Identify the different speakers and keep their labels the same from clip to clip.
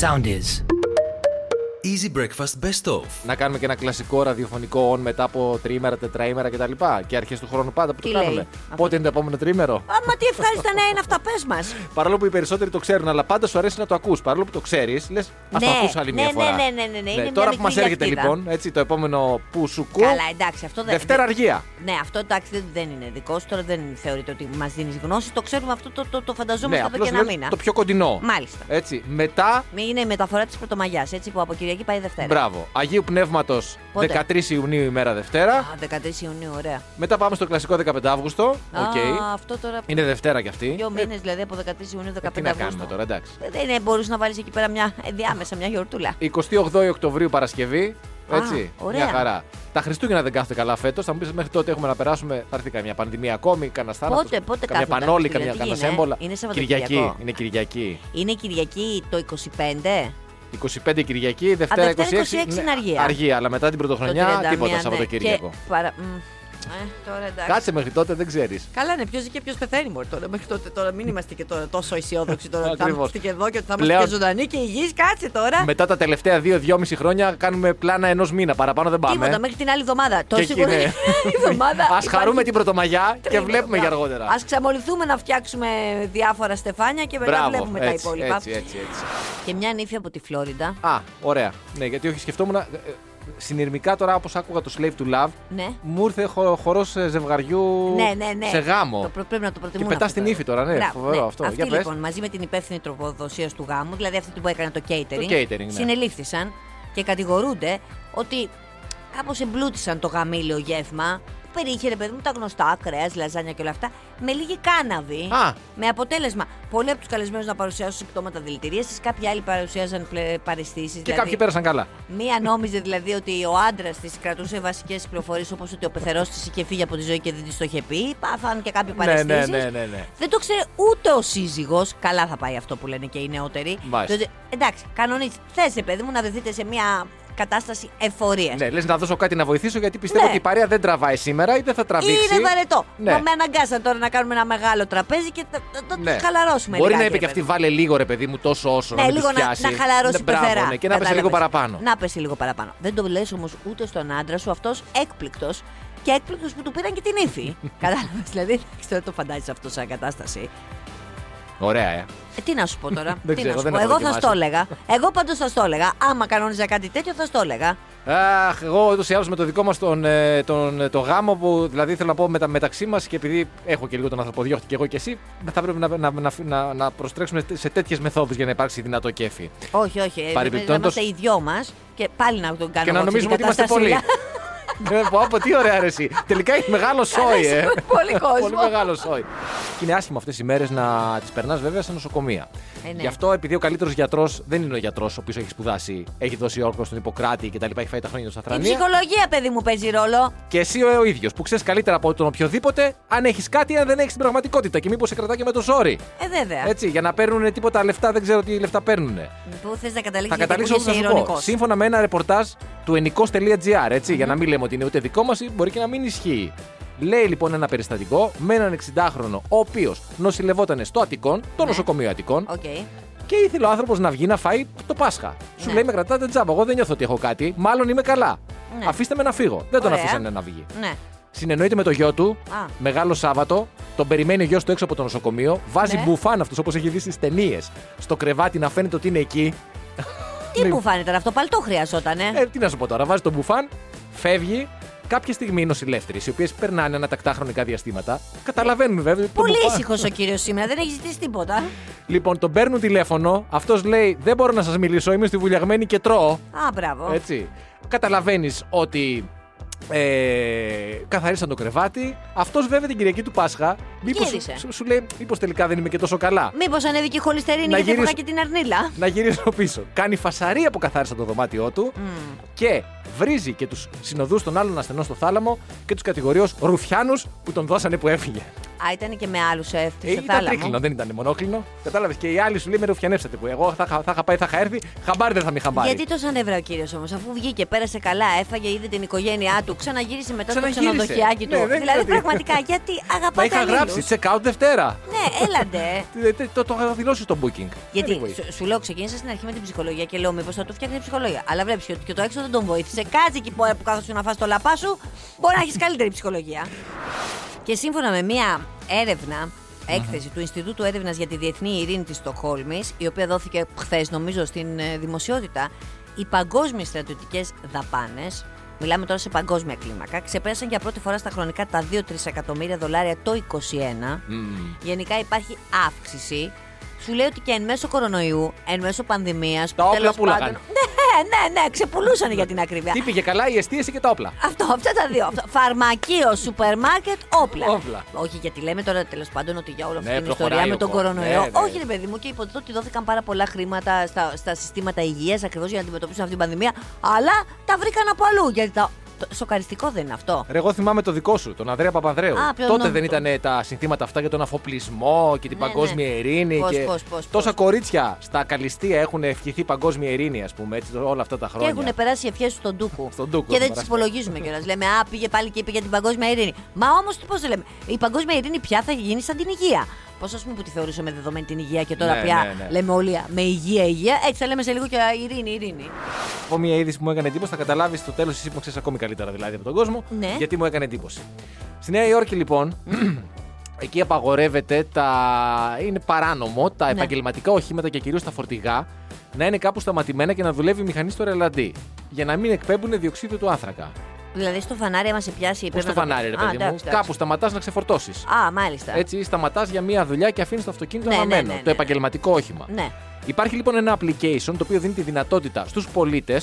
Speaker 1: Sound is.
Speaker 2: Easy Breakfast Best Of.
Speaker 3: Να κάνουμε και ένα κλασικό ραδιοφωνικό on μετά από τριήμερα, τετραήμερα κτλ. Και αρχές του χρόνου πάντα που
Speaker 4: Τι
Speaker 3: το κάνουμε.
Speaker 4: λέει αυτό.
Speaker 3: Πότε είναι το επόμενο τριήμερο.
Speaker 4: Άμα τι ευχάριστα νέα είναι αυτά, πες μας.
Speaker 3: Παρόλο που οι περισσότεροι το ξέρουν, αλλά πάντα σου αρέσει να το ακούς. Παρόλο που το ξέρεις, λες. Ας το
Speaker 4: Ναι,
Speaker 3: ακούς άλλη
Speaker 4: ναι,
Speaker 3: μια
Speaker 4: ναι,
Speaker 3: φορά.
Speaker 4: ναι, ναι, ναι, ναι, είναι μια
Speaker 3: τώρα που
Speaker 4: μικρή
Speaker 3: μα έρχεται
Speaker 4: γιακτίδα.
Speaker 3: λοιπόν, έτσι, το επόμενο που σου κου.
Speaker 4: Καλά, εντάξει, αυτό δεν.
Speaker 3: Δευτέρα
Speaker 4: δεν-
Speaker 3: αργία.
Speaker 4: Ναι, αυτό εντάξει δεν, δεν είναι δικό σου. Τώρα δεν θεωρείται ότι μας δίνεις γνώση. Το ξέρουμε αυτό, το, το, το φανταζόμαστε εδώ
Speaker 3: Ναι, απλώς
Speaker 4: και ένα
Speaker 3: λέω
Speaker 4: μήνα.
Speaker 3: Το πιο Ε. κοντινό.
Speaker 4: Μάλιστα.
Speaker 3: Έτσι. Μετά,
Speaker 4: Είναι η μεταφορά της Πρωτομαγιάς, έτσι που από Κυριακή πάει Δευτέρα.
Speaker 3: μπράβο. Αγίου Πνεύματος
Speaker 4: Πότε?
Speaker 3: 13 Ιουνίου ημέρα Δευτέρα.
Speaker 4: Α, 13 Ιουνίου, ωραία.
Speaker 3: Μετά πάμε στο κλασικό 15 Αύγουστο. Οκ.
Speaker 4: Α, αυτό τώρα.
Speaker 3: Είναι Δευτέρα κι αυτή.
Speaker 4: Δύο
Speaker 3: Ε,
Speaker 4: μήνες δηλαδή από 13 Ιουνίου, 15
Speaker 3: ε, τι να κάνουμε τώρα, εντάξει.
Speaker 4: Δεν μπορείς να βάλεις εκεί πέρα μια ε, διάμεσα, μια γιορτούλα.
Speaker 3: 28 Οκτωβρίου Παρασκευή.
Speaker 4: Α,
Speaker 3: Έτσι.
Speaker 4: ωραία.
Speaker 3: Μια χαρά. Τα Χριστούγεννα δεν κάθονται καλά φέτος. Θα μου πεις μέχρι τότε έχουμε να περάσουμε. Θα έρθει καμιά πανδημία ακόμη, κανένας θάνατος.
Speaker 4: Πότε- πότε
Speaker 3: καμιά
Speaker 4: κάθονται τα
Speaker 3: πανόλη, καμιά
Speaker 4: Χριστούγεννα, τι
Speaker 3: κανένας
Speaker 4: είναι, ε?
Speaker 3: έμπολα.
Speaker 4: είναι Σαββατοκυριακό.
Speaker 3: Κυριακή. Είναι Κυριακή.
Speaker 4: Είναι Κυριακή το 25.
Speaker 3: 25 Κυριακή, Δευτέρα,
Speaker 4: Δευτέρα 26
Speaker 3: ναι,
Speaker 4: είναι αργία.
Speaker 3: Αργία, αλλά μετά την
Speaker 4: Το
Speaker 3: Πρωτοχρονιά
Speaker 4: 31,
Speaker 3: τίποτα
Speaker 4: ναι.
Speaker 3: Σαββατοκύριακο.
Speaker 4: Και παρα... μ, ε, τώρα εντάξει.
Speaker 3: Κάτσε μέχρι τότε, δεν ξέρεις.
Speaker 4: Καλά είναι, ποιος ζει και ποιος πεθαίνει μωρέ τώρα. Μέχρι τότε τώρα μην είμαστε και τώρα τόσο αισιόδοξοι τώρα. ότι θα
Speaker 3: Ακριβώς.
Speaker 4: είμαστε και εδώ και ότι θα είμαστε
Speaker 3: Πλέον-
Speaker 4: και ζωντανοί και υγιείς. Κάτσε τώρα.
Speaker 3: Μετά τα τελευταία 2-2,5 χρόνια κάνουμε πλάνα ενός μήνα. Παραπάνω δεν πάμε.
Speaker 4: Τίποτα μέχρι την άλλη εβδομάδα. Το
Speaker 3: Και
Speaker 4: σίγουρο
Speaker 3: εκεί, ναι.
Speaker 4: είναι η εβδομάδα.
Speaker 3: Ας χαρούμε την Πρωτομαγιά και βλέπουμε για αργότερα.
Speaker 4: Ας ξαμοληθούμε να φτιάξουμε διάφορα στεφάνια και μετά βλέπουμε
Speaker 3: έτσι,
Speaker 4: τα υπόλοιπα.
Speaker 3: Έτσι, έτσι, έτσι.
Speaker 4: Και μια νύφη από τη Φλόριντα.
Speaker 3: Α, ωραία. Ναι, γιατί όχι, σκεφτόμουν. ε, ε, Συνειρμικά τώρα, όπως άκουγα το Slave to Love,
Speaker 4: Ναι.
Speaker 3: μου ήρθε χο, χορός ζευγαριού
Speaker 4: Ναι, ναι, ναι.
Speaker 3: σε γάμο.
Speaker 4: Το προ- πρέπει να το προτιμούν.
Speaker 3: πετάς
Speaker 4: αυτό
Speaker 3: την
Speaker 4: τώρα.
Speaker 3: ύφη τώρα, ναι,
Speaker 4: Μπράβο,
Speaker 3: φοβερό αυτό.
Speaker 4: Αυτοί
Speaker 3: Για πες.
Speaker 4: λοιπόν μαζί με την υπεύθυνη τροφοδοσία του γάμου, δηλαδή αυτή που έκανε το catering,
Speaker 3: Το catering, ναι.
Speaker 4: συνελήφθησαν και κατηγορούνται ότι κάπως εμπλούτησαν το γαμήλιο γεύμα. που Περιείχε ρε παιδί μου τα γνωστά, κρέα, λαζάνια και όλα αυτά, με λίγη κάναβη.
Speaker 3: Α.
Speaker 4: Με αποτέλεσμα πολλοί από τους καλεσμένους να παρουσιάσουν συμπτώματα δηλητηρίασης, κάποιοι άλλοι παρουσιάζαν δηλαδή- παρεστήσεις.
Speaker 3: Και κάποιοι πέρασαν καλά.
Speaker 4: Μία νόμιζε δηλαδή ότι ο άντρας της κρατούσε βασικές πληροφορίες όπως ότι ο πεθερός της είχε φύγει από τη ζωή και δεν της το είχε πει. Πάθαν και κάποιοι
Speaker 3: Ναι,
Speaker 4: παρεστήσεις.
Speaker 3: ναι, ναι, ναι, ναι.
Speaker 4: Δεν το ξέρει ούτε ο σύζυγος. Καλά θα πάει αυτό που λένε και οι νεότεροι.
Speaker 3: Μάλιστα.
Speaker 4: Τότε, εντάξει, κανονίζει. Θε, παιδί μου, να βρεθείτε σε μια κατάσταση εφορίας.
Speaker 3: Ναι, λες να δώσω κάτι να βοηθήσω γιατί πιστεύω
Speaker 4: Ναι.
Speaker 3: ότι η παρέα δεν τραβάει σήμερα ή δεν θα τραβήξει.
Speaker 4: Είναι βαρετό.
Speaker 3: Ναι.
Speaker 4: Μα με αναγκάσαν τώρα να κάνουμε ένα μεγάλο τραπέζι και θα θα- θα
Speaker 3: Ναι.
Speaker 4: τους χαλαρώσουμε.
Speaker 3: Μπορεί να
Speaker 4: λιγάκι,
Speaker 3: είπε και
Speaker 4: ρε
Speaker 3: αυτή, βάλε λίγο ρε παιδί μου, τόσο όσο.
Speaker 4: Ναι,
Speaker 3: να μην
Speaker 4: λίγο
Speaker 3: τους
Speaker 4: να,
Speaker 3: πιάσει.
Speaker 4: να χαλαρώσει
Speaker 3: Ναι,
Speaker 4: ναι,
Speaker 3: μπράβο,
Speaker 4: πεθερά.
Speaker 3: ναι, και να πέσει λίγο
Speaker 4: Κατάλαβες.
Speaker 3: παραπάνω.
Speaker 4: Να πέσει λίγο παραπάνω. Δεν το λες όμως ούτε στον άντρα σου αυτός έκπληκτος. Και έκπληκτος που του πήραν και την ύφη. Κατάλαβες. Δηλαδή, εντάξει, τώρα το φαντάζεσαι αυτό σαν κατάσταση.
Speaker 3: Ωραία, ε.
Speaker 4: Ε, τι να σου πω τώρα.
Speaker 3: Δεν
Speaker 4: τι
Speaker 3: ξέρω,
Speaker 4: να σου
Speaker 3: δεν
Speaker 4: πω.
Speaker 3: έχω
Speaker 4: Εγώ θα
Speaker 3: δοκιμάσει.
Speaker 4: στο έλεγα. Εγώ πάντως θα στο έλεγα. Άμα κανόνιζα κάτι τέτοιο, θα στο έλεγα.
Speaker 3: Αχ, εγώ ούτως ή άλλως με το δικό μας τον, ε, τον, ε, το γάμο που δηλαδή θέλω να πω μετα, μεταξύ μας και επειδή έχω και λίγο τον ανθρωποδιώχτη και εγώ και εσύ, θα πρέπει να, να, να, να, να προστρέξουμε σε τέτοιες μεθόδους για να υπάρξει δυνατό κέφι.
Speaker 4: Όχι, όχι. ε,
Speaker 3: Παρεμπιπτόντως-
Speaker 4: Να είμαστε οι δυο μας και πάλι να τον κάνουμε.
Speaker 3: και να νομίζουμε ότι είμαστε πολλοί. Ναι, πω, πω, τι ωραία ρε, εσύ. Τελικά έχει μεγάλο σόι, ε.
Speaker 4: Πολύ
Speaker 3: Πολύ
Speaker 4: κόσμο.
Speaker 3: μεγάλο σόι. Και είναι άσχημο αυτές οι μέρες να τις περνάς βέβαια σε νοσοκομεία.
Speaker 4: Ε, ναι.
Speaker 3: Γι' αυτό επειδή ο καλύτερος γιατρός δεν είναι ο γιατρός ο οποίος έχει σπουδάσει, έχει δώσει όρκο στον Ιπποκράτη και τα λοιπά, έχει φάει τα χρόνια τους στα
Speaker 4: Η
Speaker 3: θρανία.
Speaker 4: ψυχολογία, παιδί μου, παίζει ρόλο.
Speaker 3: Και εσύ ο, ο ίδιος που ξέρεις καλύτερα από τον οποιοδήποτε αν έχεις κάτι, αν δεν έχεις την πραγματικότητα και μήπως σε κρατάει και με το ζόρι.
Speaker 4: Ε, βέβαια.
Speaker 3: Έτσι, για να παίρνουν τίποτα λεφτά, δεν ξέρω τι λεφτά παίρνουν.
Speaker 4: Πού θες να καταλήξεις
Speaker 3: Θα καταλήξω
Speaker 4: σε
Speaker 3: να σου πω.
Speaker 4: ηρωνικός.
Speaker 3: Σύμφωνα με ένα ρεπορτάζ του ενικό.gr, ετσι για να μην λέμε ότι είναι ούτε δικό μας, μπορεί και να μην ισχύει. Λέει λοιπόν ένα περιστατικό με έναν 60χρονο, ο οποίος νοσηλευόταν στο Αττικόν, το
Speaker 4: Ναι.
Speaker 3: νοσοκομείο Αττικόν,
Speaker 4: Οκ.
Speaker 3: και ήθελε ο άνθρωπος να βγει να φάει το Πάσχα. Σου
Speaker 4: Ναι.
Speaker 3: λέει με κρατάτε τζάμπα, εγώ δεν νιώθω ότι έχω κάτι, μάλλον είμαι καλά.
Speaker 4: Ναι.
Speaker 3: Αφήστε με να φύγω. Δεν τον
Speaker 4: Ωραία.
Speaker 3: αφήσανε να βγει.
Speaker 4: Ναι.
Speaker 3: Συνεννοείται με το γιο του.
Speaker 4: Α.
Speaker 3: Μεγάλο Σάββατο. Τον περιμένει ο γιος του έξω από το νοσοκομείο. Βάζει
Speaker 4: Ναι.
Speaker 3: μπουφάν αυτός όπως έχει δει στις ταινίες. Στο κρεβάτι να φαίνεται ότι είναι εκεί. Ναι.
Speaker 4: Τι που φάνηκε τώρα, αυτό παλτό χρειαζόταν, ε.
Speaker 3: Λοιπόν. Ε, τι να σου πω τώρα. Βάζει τον μπουφάν, φεύγει. Κάποια στιγμή οι νοσηλεύτερε, οι οποίες περνάνε ανατακτά χρονικά διαστήματα, καταλαβαίνουν βέβαια. ότι το
Speaker 4: Πολύ
Speaker 3: μπουφάν-
Speaker 4: ήσυχος ο κύριος σήμερα, δεν έχεις ζητήσει τίποτα.
Speaker 3: Λοιπόν, τον παίρνουν τηλέφωνο. Αυτός λέει: Δεν μπορώ να σας μιλήσω. Είμαι στη βουλιαγμένη και τρώω.
Speaker 4: Α, μπράβο.
Speaker 3: Έτσι. Καταλαβαίνεις ότι ε, καθαρίσαν το κρεβάτι. Αυτός βέβαια την Κυριακή του Πάσχα. Μήπως σου,
Speaker 4: Γύρισε.
Speaker 3: σου- σου λέει, μήπως τελικά δεν είμαι και τόσο καλά.
Speaker 4: Μήπως ανέβηκε η χολυστερίνη
Speaker 3: Να
Speaker 4: γιατί
Speaker 3: γυρίσω-
Speaker 4: βγάζει και την αρνίλα.
Speaker 3: Να γυρίσω πίσω. Κάνει φασαρία που καθάρισαν το δωμάτιό του
Speaker 4: Μμ.
Speaker 3: και βρίζει και τους συνοδούς των άλλων ασθενών στο θάλαμο και τους κατηγορεί ως ρουφιάνους που τον δώσανε που έφυγε.
Speaker 4: Α, ήταν και με άλλους έφτιαξε.
Speaker 3: Ε, ήταν τρίκλινο, δεν ήταν μονόκλινο. Κατάλαβες και οι άλλοι σου λέει με ρουφιανέψατε που. Εγώ θα, είχα- θα είχα πάει, θα είχα έρθει. Χαμπάρι δεν θα με είχαν πάρει.
Speaker 4: Γιατί τόσο ανέβρα ο κύριος όμως, αφού βγήκε, πέρασε καλά, έφαγε, είδε την οικογένειά του, ξαναγύρισε μετά στο
Speaker 3: Ξαναγύρισε.
Speaker 4: ξενοδοχειάκι του.
Speaker 3: Ναι, δεν
Speaker 4: δηλαδή,
Speaker 3: ξέρω τι.
Speaker 4: πραγματικά, γιατί
Speaker 3: Θα
Speaker 4: αγαπάτε
Speaker 3: είχα
Speaker 4: αλλήλους.
Speaker 3: γράψει check out Δευτέρα.
Speaker 4: Ναι, έλαντε.
Speaker 3: Τι- τι- Το, το είχα δηλώσει στο booking.
Speaker 4: Γιατί
Speaker 3: Anyway.
Speaker 4: σου, σου λέω, ξεκίνησα στην αρχή με την ψυχολογία και λέω: Μήπως θα του φτιάχνει ψυχολογία. Αλλά βλέπεις ότι και το έξω δεν τον βοήθησε. Κάτσε εκεί που κάθεσαι να φας το λαπά σου, μπορεί να έχεις καλύτερη ψυχολογία. Και σύμφωνα με μία έρευνα, έκθεση του Ινστιτούτου Έρευνας για τη Διεθνή Ειρήνη της Στοκχόλμη, η οποία δόθηκε χθες, νομίζω, στην ε, δημοσιότητα, οι παγκόσμιες στρατιωτικές δαπάνες, μιλάμε τώρα σε παγκόσμια κλίμακα, ξεπέρασαν για πρώτη φορά στα χρονικά τα 2-3 εκατομμύρια δολάρια το 2021.
Speaker 3: Mm.
Speaker 4: Γενικά υπάρχει αύξηση. Σου λέει ότι και εν μέσω κορονοϊού, εν μέσω πανδημίας.
Speaker 3: Τα όπλα πουλάγαν.
Speaker 4: Ναι, ναι, ναι, ξεπουλούσαν για την ακρίβεια.
Speaker 3: Τι πήγε καλά, η εστίαση και τα όπλα.
Speaker 4: Αυτό, αυτά τα δύο. Αυτό. Φαρμακείο, σούπερ μάρκετ, όπλα.
Speaker 3: Όπλα.
Speaker 4: Όχι, γιατί λέμε τώρα τέλος πάντων ότι για όλη αυτή
Speaker 3: Ναι,
Speaker 4: την
Speaker 3: προχωράει
Speaker 4: ιστορία
Speaker 3: ο
Speaker 4: με τον
Speaker 3: κόσμος.
Speaker 4: κορονοϊό.
Speaker 3: Ναι, ναι.
Speaker 4: Όχι, ρε παιδί μου, και υποθέτω ότι δόθηκαν πάρα πολλά χρήματα στα, στα συστήματα υγείας ακριβώς για να αντιμετωπίσουν αυτή την πανδημία. Αλλά τα βρήκαν από αλλού. Γιατί τα... το- Σοκαριστικό δεν είναι αυτό.
Speaker 3: Ρε, εγώ θυμάμαι το δικό σου, τον Ανδρέα Παπανδρέου.
Speaker 4: Α, ποιον
Speaker 3: Τότε
Speaker 4: νόμο-
Speaker 3: δεν ήταν ε, τα συνθήματα αυτά για τον αφοπλισμό και την
Speaker 4: Ναι,
Speaker 3: παγκόσμια
Speaker 4: ναι.
Speaker 3: ειρήνη.
Speaker 4: Πώς,
Speaker 3: και
Speaker 4: πώς, πώς,
Speaker 3: τόσα
Speaker 4: πώς.
Speaker 3: κορίτσια στα καλυστία έχουν ευχηθεί παγκόσμια ειρήνη, ας πούμε, έτσι, όλα αυτά τα
Speaker 4: Και
Speaker 3: χρόνια.
Speaker 4: έχουν περάσει οι ευχές στον Τούκου.
Speaker 3: Στον Τούκου
Speaker 4: και δεν
Speaker 3: έχουν
Speaker 4: τις
Speaker 3: περάσει.
Speaker 4: υπολογίζουμε κιόλας. λέμε, Α, πήγε πάλι και είπε για την παγκόσμια ειρήνη. Μα όμως, πώς το λέμε, η παγκόσμια ειρήνη πια θα γίνει σαν την υγεία. Πώς ας πούμε που τη θεωρούσαμε δεδομένη την υγεία και τώρα
Speaker 3: Ναι,
Speaker 4: πια
Speaker 3: ναι, ναι.
Speaker 4: λέμε όλοι με υγεία, υγεία. Έτσι θα λέμε σε λίγο και «Α, ειρήνη, ειρήνη.
Speaker 3: Από μια είδηση που μου έκανε εντύπωση, θα καταλάβεις στο τέλος εσύ που ξέρεις ακόμη καλύτερα δηλαδή από τον κόσμο.
Speaker 4: Ναι.
Speaker 3: Γιατί μου έκανε εντύπωση. Στη Νέα Υόρκη, λοιπόν, εκεί απαγορεύεται τα. είναι παράνομο τα
Speaker 4: Ναι.
Speaker 3: επαγγελματικά οχήματα και κυρίως τα φορτηγά να είναι κάπου σταματημένα και να δουλεύει η μηχανής στο ρελαντί. Για να μην εκπέμπουν διοξείδιο του άνθρακα.
Speaker 4: Δηλαδή στο φανάρι, άμα σε πιάσει.
Speaker 3: Πώ
Speaker 4: πρέπει
Speaker 3: το
Speaker 4: να
Speaker 3: φανάρι, ρε
Speaker 4: Α,
Speaker 3: παιδί μου.
Speaker 4: εντάξει, εντάξει.
Speaker 3: Κάπου σταματάς να ξεφορτώσεις.
Speaker 4: Α, μάλιστα.
Speaker 3: Έτσι, σταματάς για μία δουλειά και αφήνεις το αυτοκίνητο
Speaker 4: Ναι, ναι,
Speaker 3: αναμένο.
Speaker 4: ναι, ναι.
Speaker 3: Το επαγγελματικό όχημα.
Speaker 4: Ναι.
Speaker 3: Υπάρχει λοιπόν ένα application το οποίο δίνει τη δυνατότητα στους πολίτες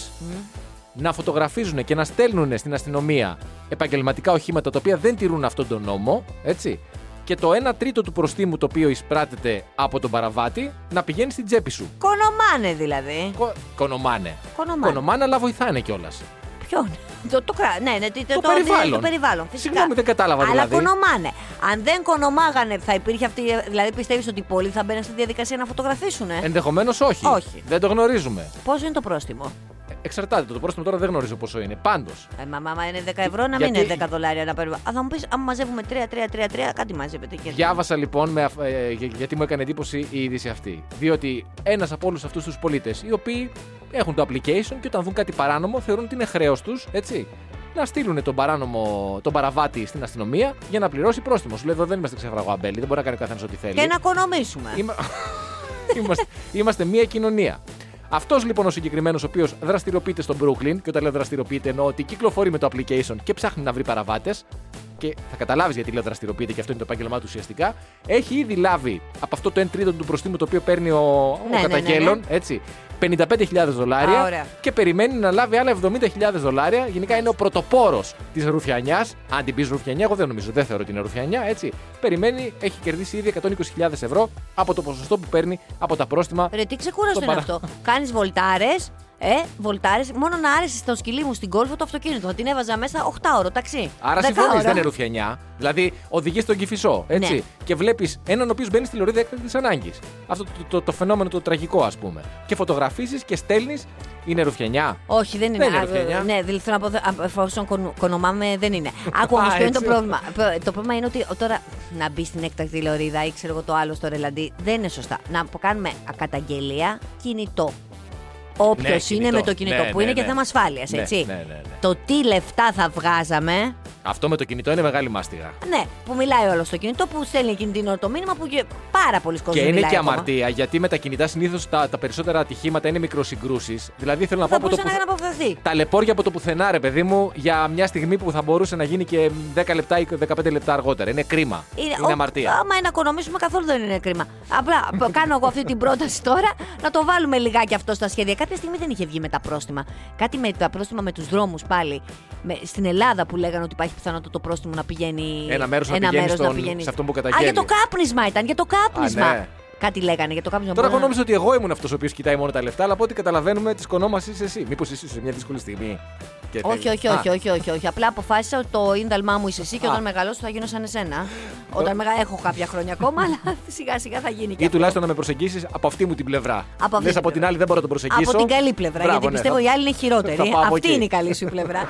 Speaker 3: να φωτογραφίζουν και να στέλνουν στην αστυνομία επαγγελματικά οχήματα τα οποία δεν τηρούν αυτόν τον νόμο. Έτσι. Και το 1 τρίτο του προστίμου το οποίο εισπράτεται από τον παραβάτη να πηγαίνει στην τσέπη σου.
Speaker 4: Κονομάνε δηλαδή.
Speaker 3: Κο... Κονομάνε.
Speaker 4: Κονομάνε. Ε.
Speaker 3: Κονομάνε, αλλά βοηθάνε κιόλας.
Speaker 4: Ποιον. Το, το, κρά... ναι, ναι, το,
Speaker 3: Το περιβάλλον.
Speaker 4: Το περιβάλλον φυσικά.
Speaker 3: Συγγνώμη, δεν κατάλαβα
Speaker 4: Αλλά
Speaker 3: δηλαδή.
Speaker 4: κονομάνε. Αν δεν κονομάγανε, θα υπήρχε αυτή. Δηλαδή, πιστεύεις ότι οι πολλοί θα μπαίνουν στη διαδικασία να φωτογραφίσουνε.
Speaker 3: Ε, ναι. Ενδεχομένως όχι.
Speaker 4: Όχι.
Speaker 3: Δεν το γνωρίζουμε.
Speaker 4: Πόσο είναι το πρόστιμο.
Speaker 3: Ε, Εξαρτάται. Το πρόστιμο τώρα δεν γνωρίζω πόσο είναι. Πάντως.
Speaker 4: Ε, μα, μα, μα είναι 10 ευρώ, να μην
Speaker 3: Γιατί-
Speaker 4: είναι 10 δολάρια να παίρνουμε. Α, θα μου πεις, αν μαζεύουμε 3-3-3-3, κάτι μαζεύεται. Και...
Speaker 3: Διάβασα λοιπόν, με, αφ- ε, για- γιατί μου έκανε εντύπωση η είδηση αυτή. Διότι ένας από όλους αυτούς τους πολίτες, οι οποίοι έχουν το application και όταν δουν κάτι παράνομο, θεωρούν ότι είναι χρέος τους, έτσι, να στείλουν τον, παράνομο, τον παραβάτη στην αστυνομία για να πληρώσει πρόστιμο. Σου λέει εδώ δεν είμαστε ξεφραγό αμπέλι, δεν μπορεί να κάνει ο καθένας ό,τι θέλει.
Speaker 4: Και να οικονομήσουμε.
Speaker 3: Είμα- είμαστε, είμαστε μία κοινωνία. Αυτός λοιπόν ο συγκεκριμένος, ο οποίος δραστηριοποιείται στο Brooklyn, και όταν λέω δραστηριοποιείται εννοώ ότι κυκλοφορεί με το application και ψάχνει να βρει παραβάτες, και θα καταλάβεις γιατί λέω δραστηριοποιείται και αυτό είναι το επάγγελμά του ουσιαστικά, έχει ήδη λάβει από αυτό το 1 τρίτο του προστίμου το οποίο παίρνει ο,
Speaker 4: Ναι, ναι,
Speaker 3: ο
Speaker 4: ναι,
Speaker 3: καταγγέλων, έτσι, 55.000 δολάρια
Speaker 4: Α, ωραία.
Speaker 3: και περιμένει να λάβει άλλα 70.000 δολάρια. Γενικά είναι ο πρωτοπόρος της ρουφιανιάς. Αν την πει ρουφιανιά, εγώ δεν νομίζω, δεν θεωρώ ότι είναι ρουφιανιά, έτσι. Περιμένει, έχει κερδίσει ήδη 120.000 ευρώ από το ποσοστό που παίρνει από τα πρόστιμα.
Speaker 4: Ρε, τι ξεκούραστο
Speaker 3: Το
Speaker 4: είναι
Speaker 3: παρα-
Speaker 4: αυτό. Κάνεις βολτάρες. Ε, βολτάρε. Μόνο να άρεσες στο σκυλί μου στην κόλφο το αυτοκίνητο. Θα την έβαζα μέσα 8 ώρο ταξί.
Speaker 3: Άρα
Speaker 4: 10
Speaker 3: συμφωνεί,
Speaker 4: ώρο.
Speaker 3: δεν είναι ρουφιανιά. Δηλαδή, οδηγείς στον κυφισό. Έτσι.
Speaker 4: Ναι.
Speaker 3: Και βλέπεις έναν ο οποίος μπαίνει στη λωρίδα έκτακτης ανάγκης. Αυτό το, το, το, φαινόμενο το τραγικό, ας πούμε. Και φωτογραφίζεις και στέλνεις. Είναι ρουφιανιά.
Speaker 4: Όχι, δεν είναι.
Speaker 3: Δεν είναι
Speaker 4: Α,
Speaker 3: ρουφιανιά.
Speaker 4: ναι, δηλαδή θέλω να πω, δε- α, εφόσον κονο- κονομάμε, δεν είναι. Άκου όμως,
Speaker 3: Α,
Speaker 4: ποιο είναι το
Speaker 3: έτσι.
Speaker 4: πρόβλημα. Π- Το πρόβλημα είναι ότι τώρα να μπει στην έκτακτη λωρίδα ή ξέρω εγώ το άλλο στο ρελαντί δεν είναι σωστά. Να κάνουμε καταγγελία κινητό. Όποιος είναι
Speaker 3: κινητό.
Speaker 4: με το κινητός,
Speaker 3: Ναι,
Speaker 4: που
Speaker 3: ναι,
Speaker 4: είναι και
Speaker 3: ναι.
Speaker 4: θέμα ασφάλειας,
Speaker 3: Ναι,
Speaker 4: έτσι.
Speaker 3: ναι, ναι, ναι.
Speaker 4: Το τι λεφτά θα βγάζαμε.
Speaker 3: Αυτό με το κινητό είναι μεγάλη μάστιγα.
Speaker 4: Ναι, που μιλάει όλος στο κινητό, που στέλνει εκείνη την ώρα το μήνυμα που και πάρα πολλοί
Speaker 3: Και
Speaker 4: κόσμοι
Speaker 3: είναι
Speaker 4: μιλάει
Speaker 3: και
Speaker 4: ακόμα.
Speaker 3: αμαρτία, γιατί με τα κινητά συνήθως τα, τα περισσότερα ατυχήματα είναι μικροσυγκρούσεις. Δηλαδή θέλω να πω
Speaker 4: Θα
Speaker 3: από το
Speaker 4: μπορούσε
Speaker 3: που.
Speaker 4: να αποφευθεί.
Speaker 3: Τα λεπόρια από το πουθενά, ρε παιδί μου, για μια στιγμή που θα μπορούσε να γίνει και 10 λεπτά ή 15 λεπτά αργότερα. Είναι κρίμα.
Speaker 4: ο-
Speaker 3: αμαρτία.
Speaker 4: Άμα είναι να οικονομήσουμε καθόλου δεν είναι κρίμα. Απλά π- κάνω εγώ αυτή την πρόταση τώρα να το βάλουμε λιγάκι αυτό στα σχέδια. Κάποια στιγμή δεν είχε βγει με τα πρόστιμα. Κάτι με τα πρόστιμα με τους δρόμους πάλι. Με, στην Ελλάδα που λέγανε ότι υπάρχει πιθανότητα το πρόστιμο να πηγαίνει.
Speaker 3: Ένα μέρος να πηγαίνει
Speaker 4: μέρος
Speaker 3: στον- σε αυτόν που καταγγέλει.
Speaker 4: Α, για το κάπνισμα ήταν. Για το κάπνισμα.
Speaker 3: Α, ναι.
Speaker 4: Κάτι λέγανε για το κάπνισμα.
Speaker 3: Τώρα, εγώ
Speaker 4: μπορεί να-
Speaker 3: νόμιζα ότι εγώ ήμουν αυτός ο οποίος κοιτάει μόνο τα λεφτά, αλλά από ό,τι καταλαβαίνουμε, τη κονόμα είσαι εσύ. Μήπως είσαι σε μια δύσκολη στιγμή. και
Speaker 4: Όχι,
Speaker 3: θέλει-
Speaker 4: όχι,
Speaker 3: Α,
Speaker 4: όχι, όχι, όχι, όχι. Απλά αποφάσισα ότι το ίνταλμά μου είσαι εσύ και
Speaker 3: Α.
Speaker 4: όταν μεγαλώσω θα γίνω σαν εσένα. Όταν μεγα... έχω κάποια χρόνια ακόμα, αλλά σιγά σιγά θα γίνει και
Speaker 3: Ή
Speaker 4: αυτό.
Speaker 3: τουλάχιστον να με προσεγγίσεις από αυτή μου την πλευρά.
Speaker 4: Από αυτή
Speaker 3: Λες,
Speaker 4: την
Speaker 3: από την
Speaker 4: πλευρά.
Speaker 3: άλλη δεν μπορώ να τον προσεγγίσω.
Speaker 4: Από την καλή πλευρά.
Speaker 3: Μπράβο,
Speaker 4: γιατί
Speaker 3: ναι,
Speaker 4: πιστεύω
Speaker 3: θα-
Speaker 4: οι άλλοι είναι
Speaker 3: θα
Speaker 4: χειρότεροι.
Speaker 3: πάω από
Speaker 4: Αυτή
Speaker 3: εκεί.
Speaker 4: είναι η καλή σου πλευρά.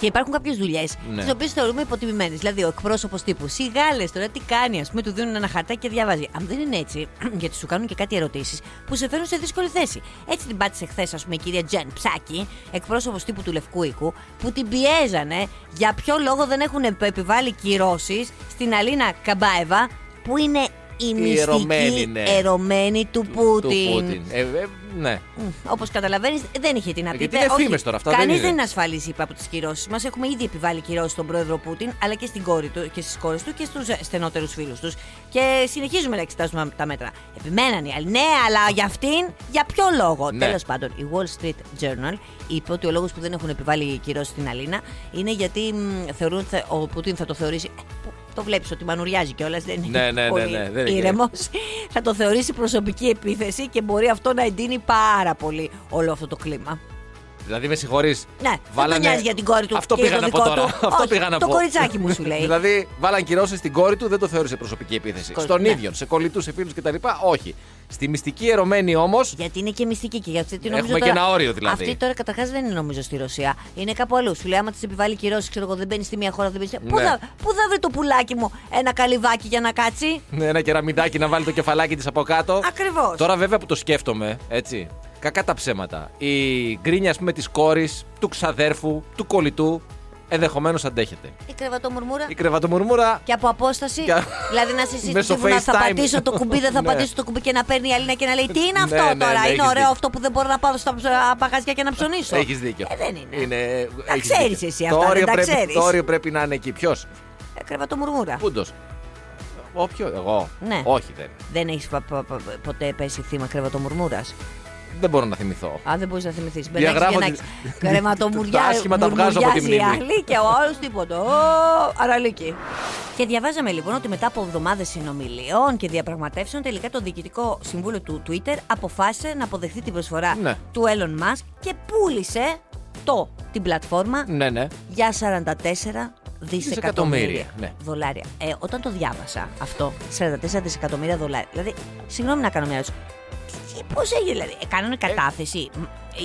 Speaker 4: και υπάρχουν κάποιες δουλειές,
Speaker 3: Ναι.
Speaker 4: τις οποίες θεωρούμε υποτιμημένες. Δηλαδή, ο εκπρόσωπος τύπου. Σιγάλε τώρα τι κάνει, ας πούμε, του δίνουν ένα χαρτάκι και διαβάζει. Αν δεν είναι έτσι, γιατί σου κάνουν και κάτι ερωτήσεις που σε φέρνουν σε δύσκολη θέση. Έτσι την πάτησε χθες, ας πούμε, η κυρία Τζεν Ψάκη, εκπρόσωπος τύπου του Λευκού Οίκου, που την πιέζανε για ποιο λόγο δεν έχουν επ- επιβάλει κυρώσεις στην Αλίνα Καμπάεβα, που είναι η
Speaker 3: ερωμένη,
Speaker 4: μυστική
Speaker 3: ναι.
Speaker 4: ερωμένη του,
Speaker 3: Του
Speaker 4: Πούτιν.
Speaker 3: Πούτιν. Ε, ε, ναι.
Speaker 4: Όπως καταλαβαίνεις, δεν είχε τι να πει.
Speaker 3: Γιατί είναι φήμες τώρα, αυτά δεν
Speaker 4: Κανείς
Speaker 3: είναι.
Speaker 4: δεν είναι ασφαλή, είπα, από τις κυρώσεις μας. Έχουμε ήδη επιβάλει κυρώσεις στον πρόεδρο Πούτιν, αλλά και, στην κόρη του, και στις κόρες του και ε, στου στενότερους φίλους τους. Και συνεχίζουμε να εξετάζουμε τα μέτρα. Επιμέναν οι άλλοι. Ναι, αλλά για αυτήν, για ποιο λόγο.
Speaker 3: Ναι.
Speaker 4: Τέλος πάντων, η Wall Street Journal είπε ότι ο λόγος που δεν έχουν επιβάλει κυρώσεις στην Αλίνα είναι γιατί μ, θεωρούν ότι θα- ο Πούτιν θα το θεωρήσει. ε, Το βλέπεις ότι μανουριάζει κιόλας, δεν είναι
Speaker 3: Ναι, ναι, ναι,
Speaker 4: πολύ
Speaker 3: ναι, δεν είναι.
Speaker 4: ήρεμος όμως, θα το θεωρήσει προσωπική επίθεση και μπορεί αυτό να εντείνει πάρα πολύ όλο αυτό το κλίμα.
Speaker 3: Δηλαδή με συγχωρείς.
Speaker 4: Ναι, δεν τον νοιάζει για την κόρη του
Speaker 3: Αυτό
Speaker 4: και για
Speaker 3: πήγα
Speaker 4: το
Speaker 3: να πω
Speaker 4: δικό
Speaker 3: τώρα.
Speaker 4: του.
Speaker 3: Αυτό
Speaker 4: Όχι,
Speaker 3: πήγα να
Speaker 4: το
Speaker 3: πω.
Speaker 4: κοριτσάκι μου σου λέει.
Speaker 3: δηλαδή, βάλαν κυρώσεις στην κόρη του, δεν το θεώρησε προσωπική επίθεση.
Speaker 4: Κόρη,
Speaker 3: Στον
Speaker 4: ναι.
Speaker 3: ίδιο, σε κολλητούς, σε φίλους κτλ. Όχι. Στη μυστική ερωμένη όμως.
Speaker 4: Γιατί είναι και μυστική και για αυτή την νομίζω.
Speaker 3: Έχουμε και
Speaker 4: τώρα-
Speaker 3: ένα όριο, δηλαδή.
Speaker 4: Αυτή τώρα καταρχάς δεν είναι νομίζω στη Ρωσία. Είναι κάπου αλλού. Σου λέει άμα της επιβάλλει κυρώσεις, ξέρω εγώ, δεν μπαίνει στη μία χώρα, δεν μπαίνει. στη- Πού,
Speaker 3: Ναι.
Speaker 4: θα, πού θα βρει το πουλάκι μου ένα καλυβάκι για να κάτσει.
Speaker 3: Ένα κεραμιδάκι να βάλει το κεφαλάκι της από κάτω.
Speaker 4: Ακριβώς.
Speaker 3: Τώρα, βέβαια που το σκέφτομαι, έτσι. Κακά τα ψέματα. Η γκρίνια, ας πούμε, της κόρης, του ξαδέρφου, του κολλητού, ενδεχομένως αντέχεται.
Speaker 4: Η κρεβατομουρμούρα.
Speaker 3: Η κρεβατομουρμούρα.
Speaker 4: Και από απόσταση.
Speaker 3: Και-
Speaker 4: δηλαδή να σε
Speaker 3: Μέσω
Speaker 4: συζητήσουμε να θα
Speaker 3: FaceTime.
Speaker 4: πατήσω το κουμπί, δεν θα
Speaker 3: Ναι.
Speaker 4: πατήσω το κουμπί και να παίρνει η Αλίνα και να λέει Τι είναι
Speaker 3: Ναι,
Speaker 4: αυτό
Speaker 3: ναι, ναι,
Speaker 4: τώρα, είναι
Speaker 3: έχεις
Speaker 4: ωραίο
Speaker 3: δίκιο.
Speaker 4: αυτό που δεν μπορώ να πάω στα ψ- μαγαζιά και να ψωνίσω.
Speaker 3: Έχεις δίκιο.
Speaker 4: Ε, δεν είναι.
Speaker 3: είναι...
Speaker 4: Τα
Speaker 3: έχεις
Speaker 4: ξέρεις
Speaker 3: δίκιο.
Speaker 4: εσύ
Speaker 3: το
Speaker 4: αυτά,
Speaker 3: όριο
Speaker 4: δεν τα
Speaker 3: πρέπει,
Speaker 4: ξέρεις.
Speaker 3: Το όριο πρέπει να είναι εκεί. Ποιος,
Speaker 4: Ε, κρεβατομουρμούρα.
Speaker 3: Πούντος. Όποιο, εγώ.
Speaker 4: Ναι.
Speaker 3: Όχι, δεν.
Speaker 4: Δεν έχεις ποτέ πέσει θύμα κρεβατομουρμούρας.
Speaker 3: Δεν μπορώ να θυμηθώ.
Speaker 4: Αν δεν μπορείς να θυμηθείς.
Speaker 3: Διαγράφω
Speaker 4: Μπερδεύει
Speaker 3: τη-
Speaker 4: κρεβατομουριά.
Speaker 3: Τα άσχημα τα βγάζω από τη
Speaker 4: μουρμουριάζει η
Speaker 3: μνήμη.
Speaker 4: άλλη και ο άλλος τίποτα. Ω, αραλίκι. Και διαβάζαμε λοιπόν ότι μετά από εβδομάδες συνομιλιών και διαπραγματεύσεων, τελικά το διοικητικό συμβούλιο του Twitter αποφάσισε να αποδεχθεί την προσφορά
Speaker 3: Ναι.
Speaker 4: του Elon Musk και πούλησε το, την πλατφόρμα
Speaker 3: Ναι, ναι.
Speaker 4: για 44 δισεκατομμύρια
Speaker 3: Δισεκατομμύρια, ναι.
Speaker 4: δολάρια. Ε, όταν το διάβασα αυτό, 44 δισεκατομμύρια δολάρια. Δηλαδή, συγγνώμη να κάνω μια ερώτηση. Πώς έγινε, δηλαδή, ε, κάνανε κατάθεση.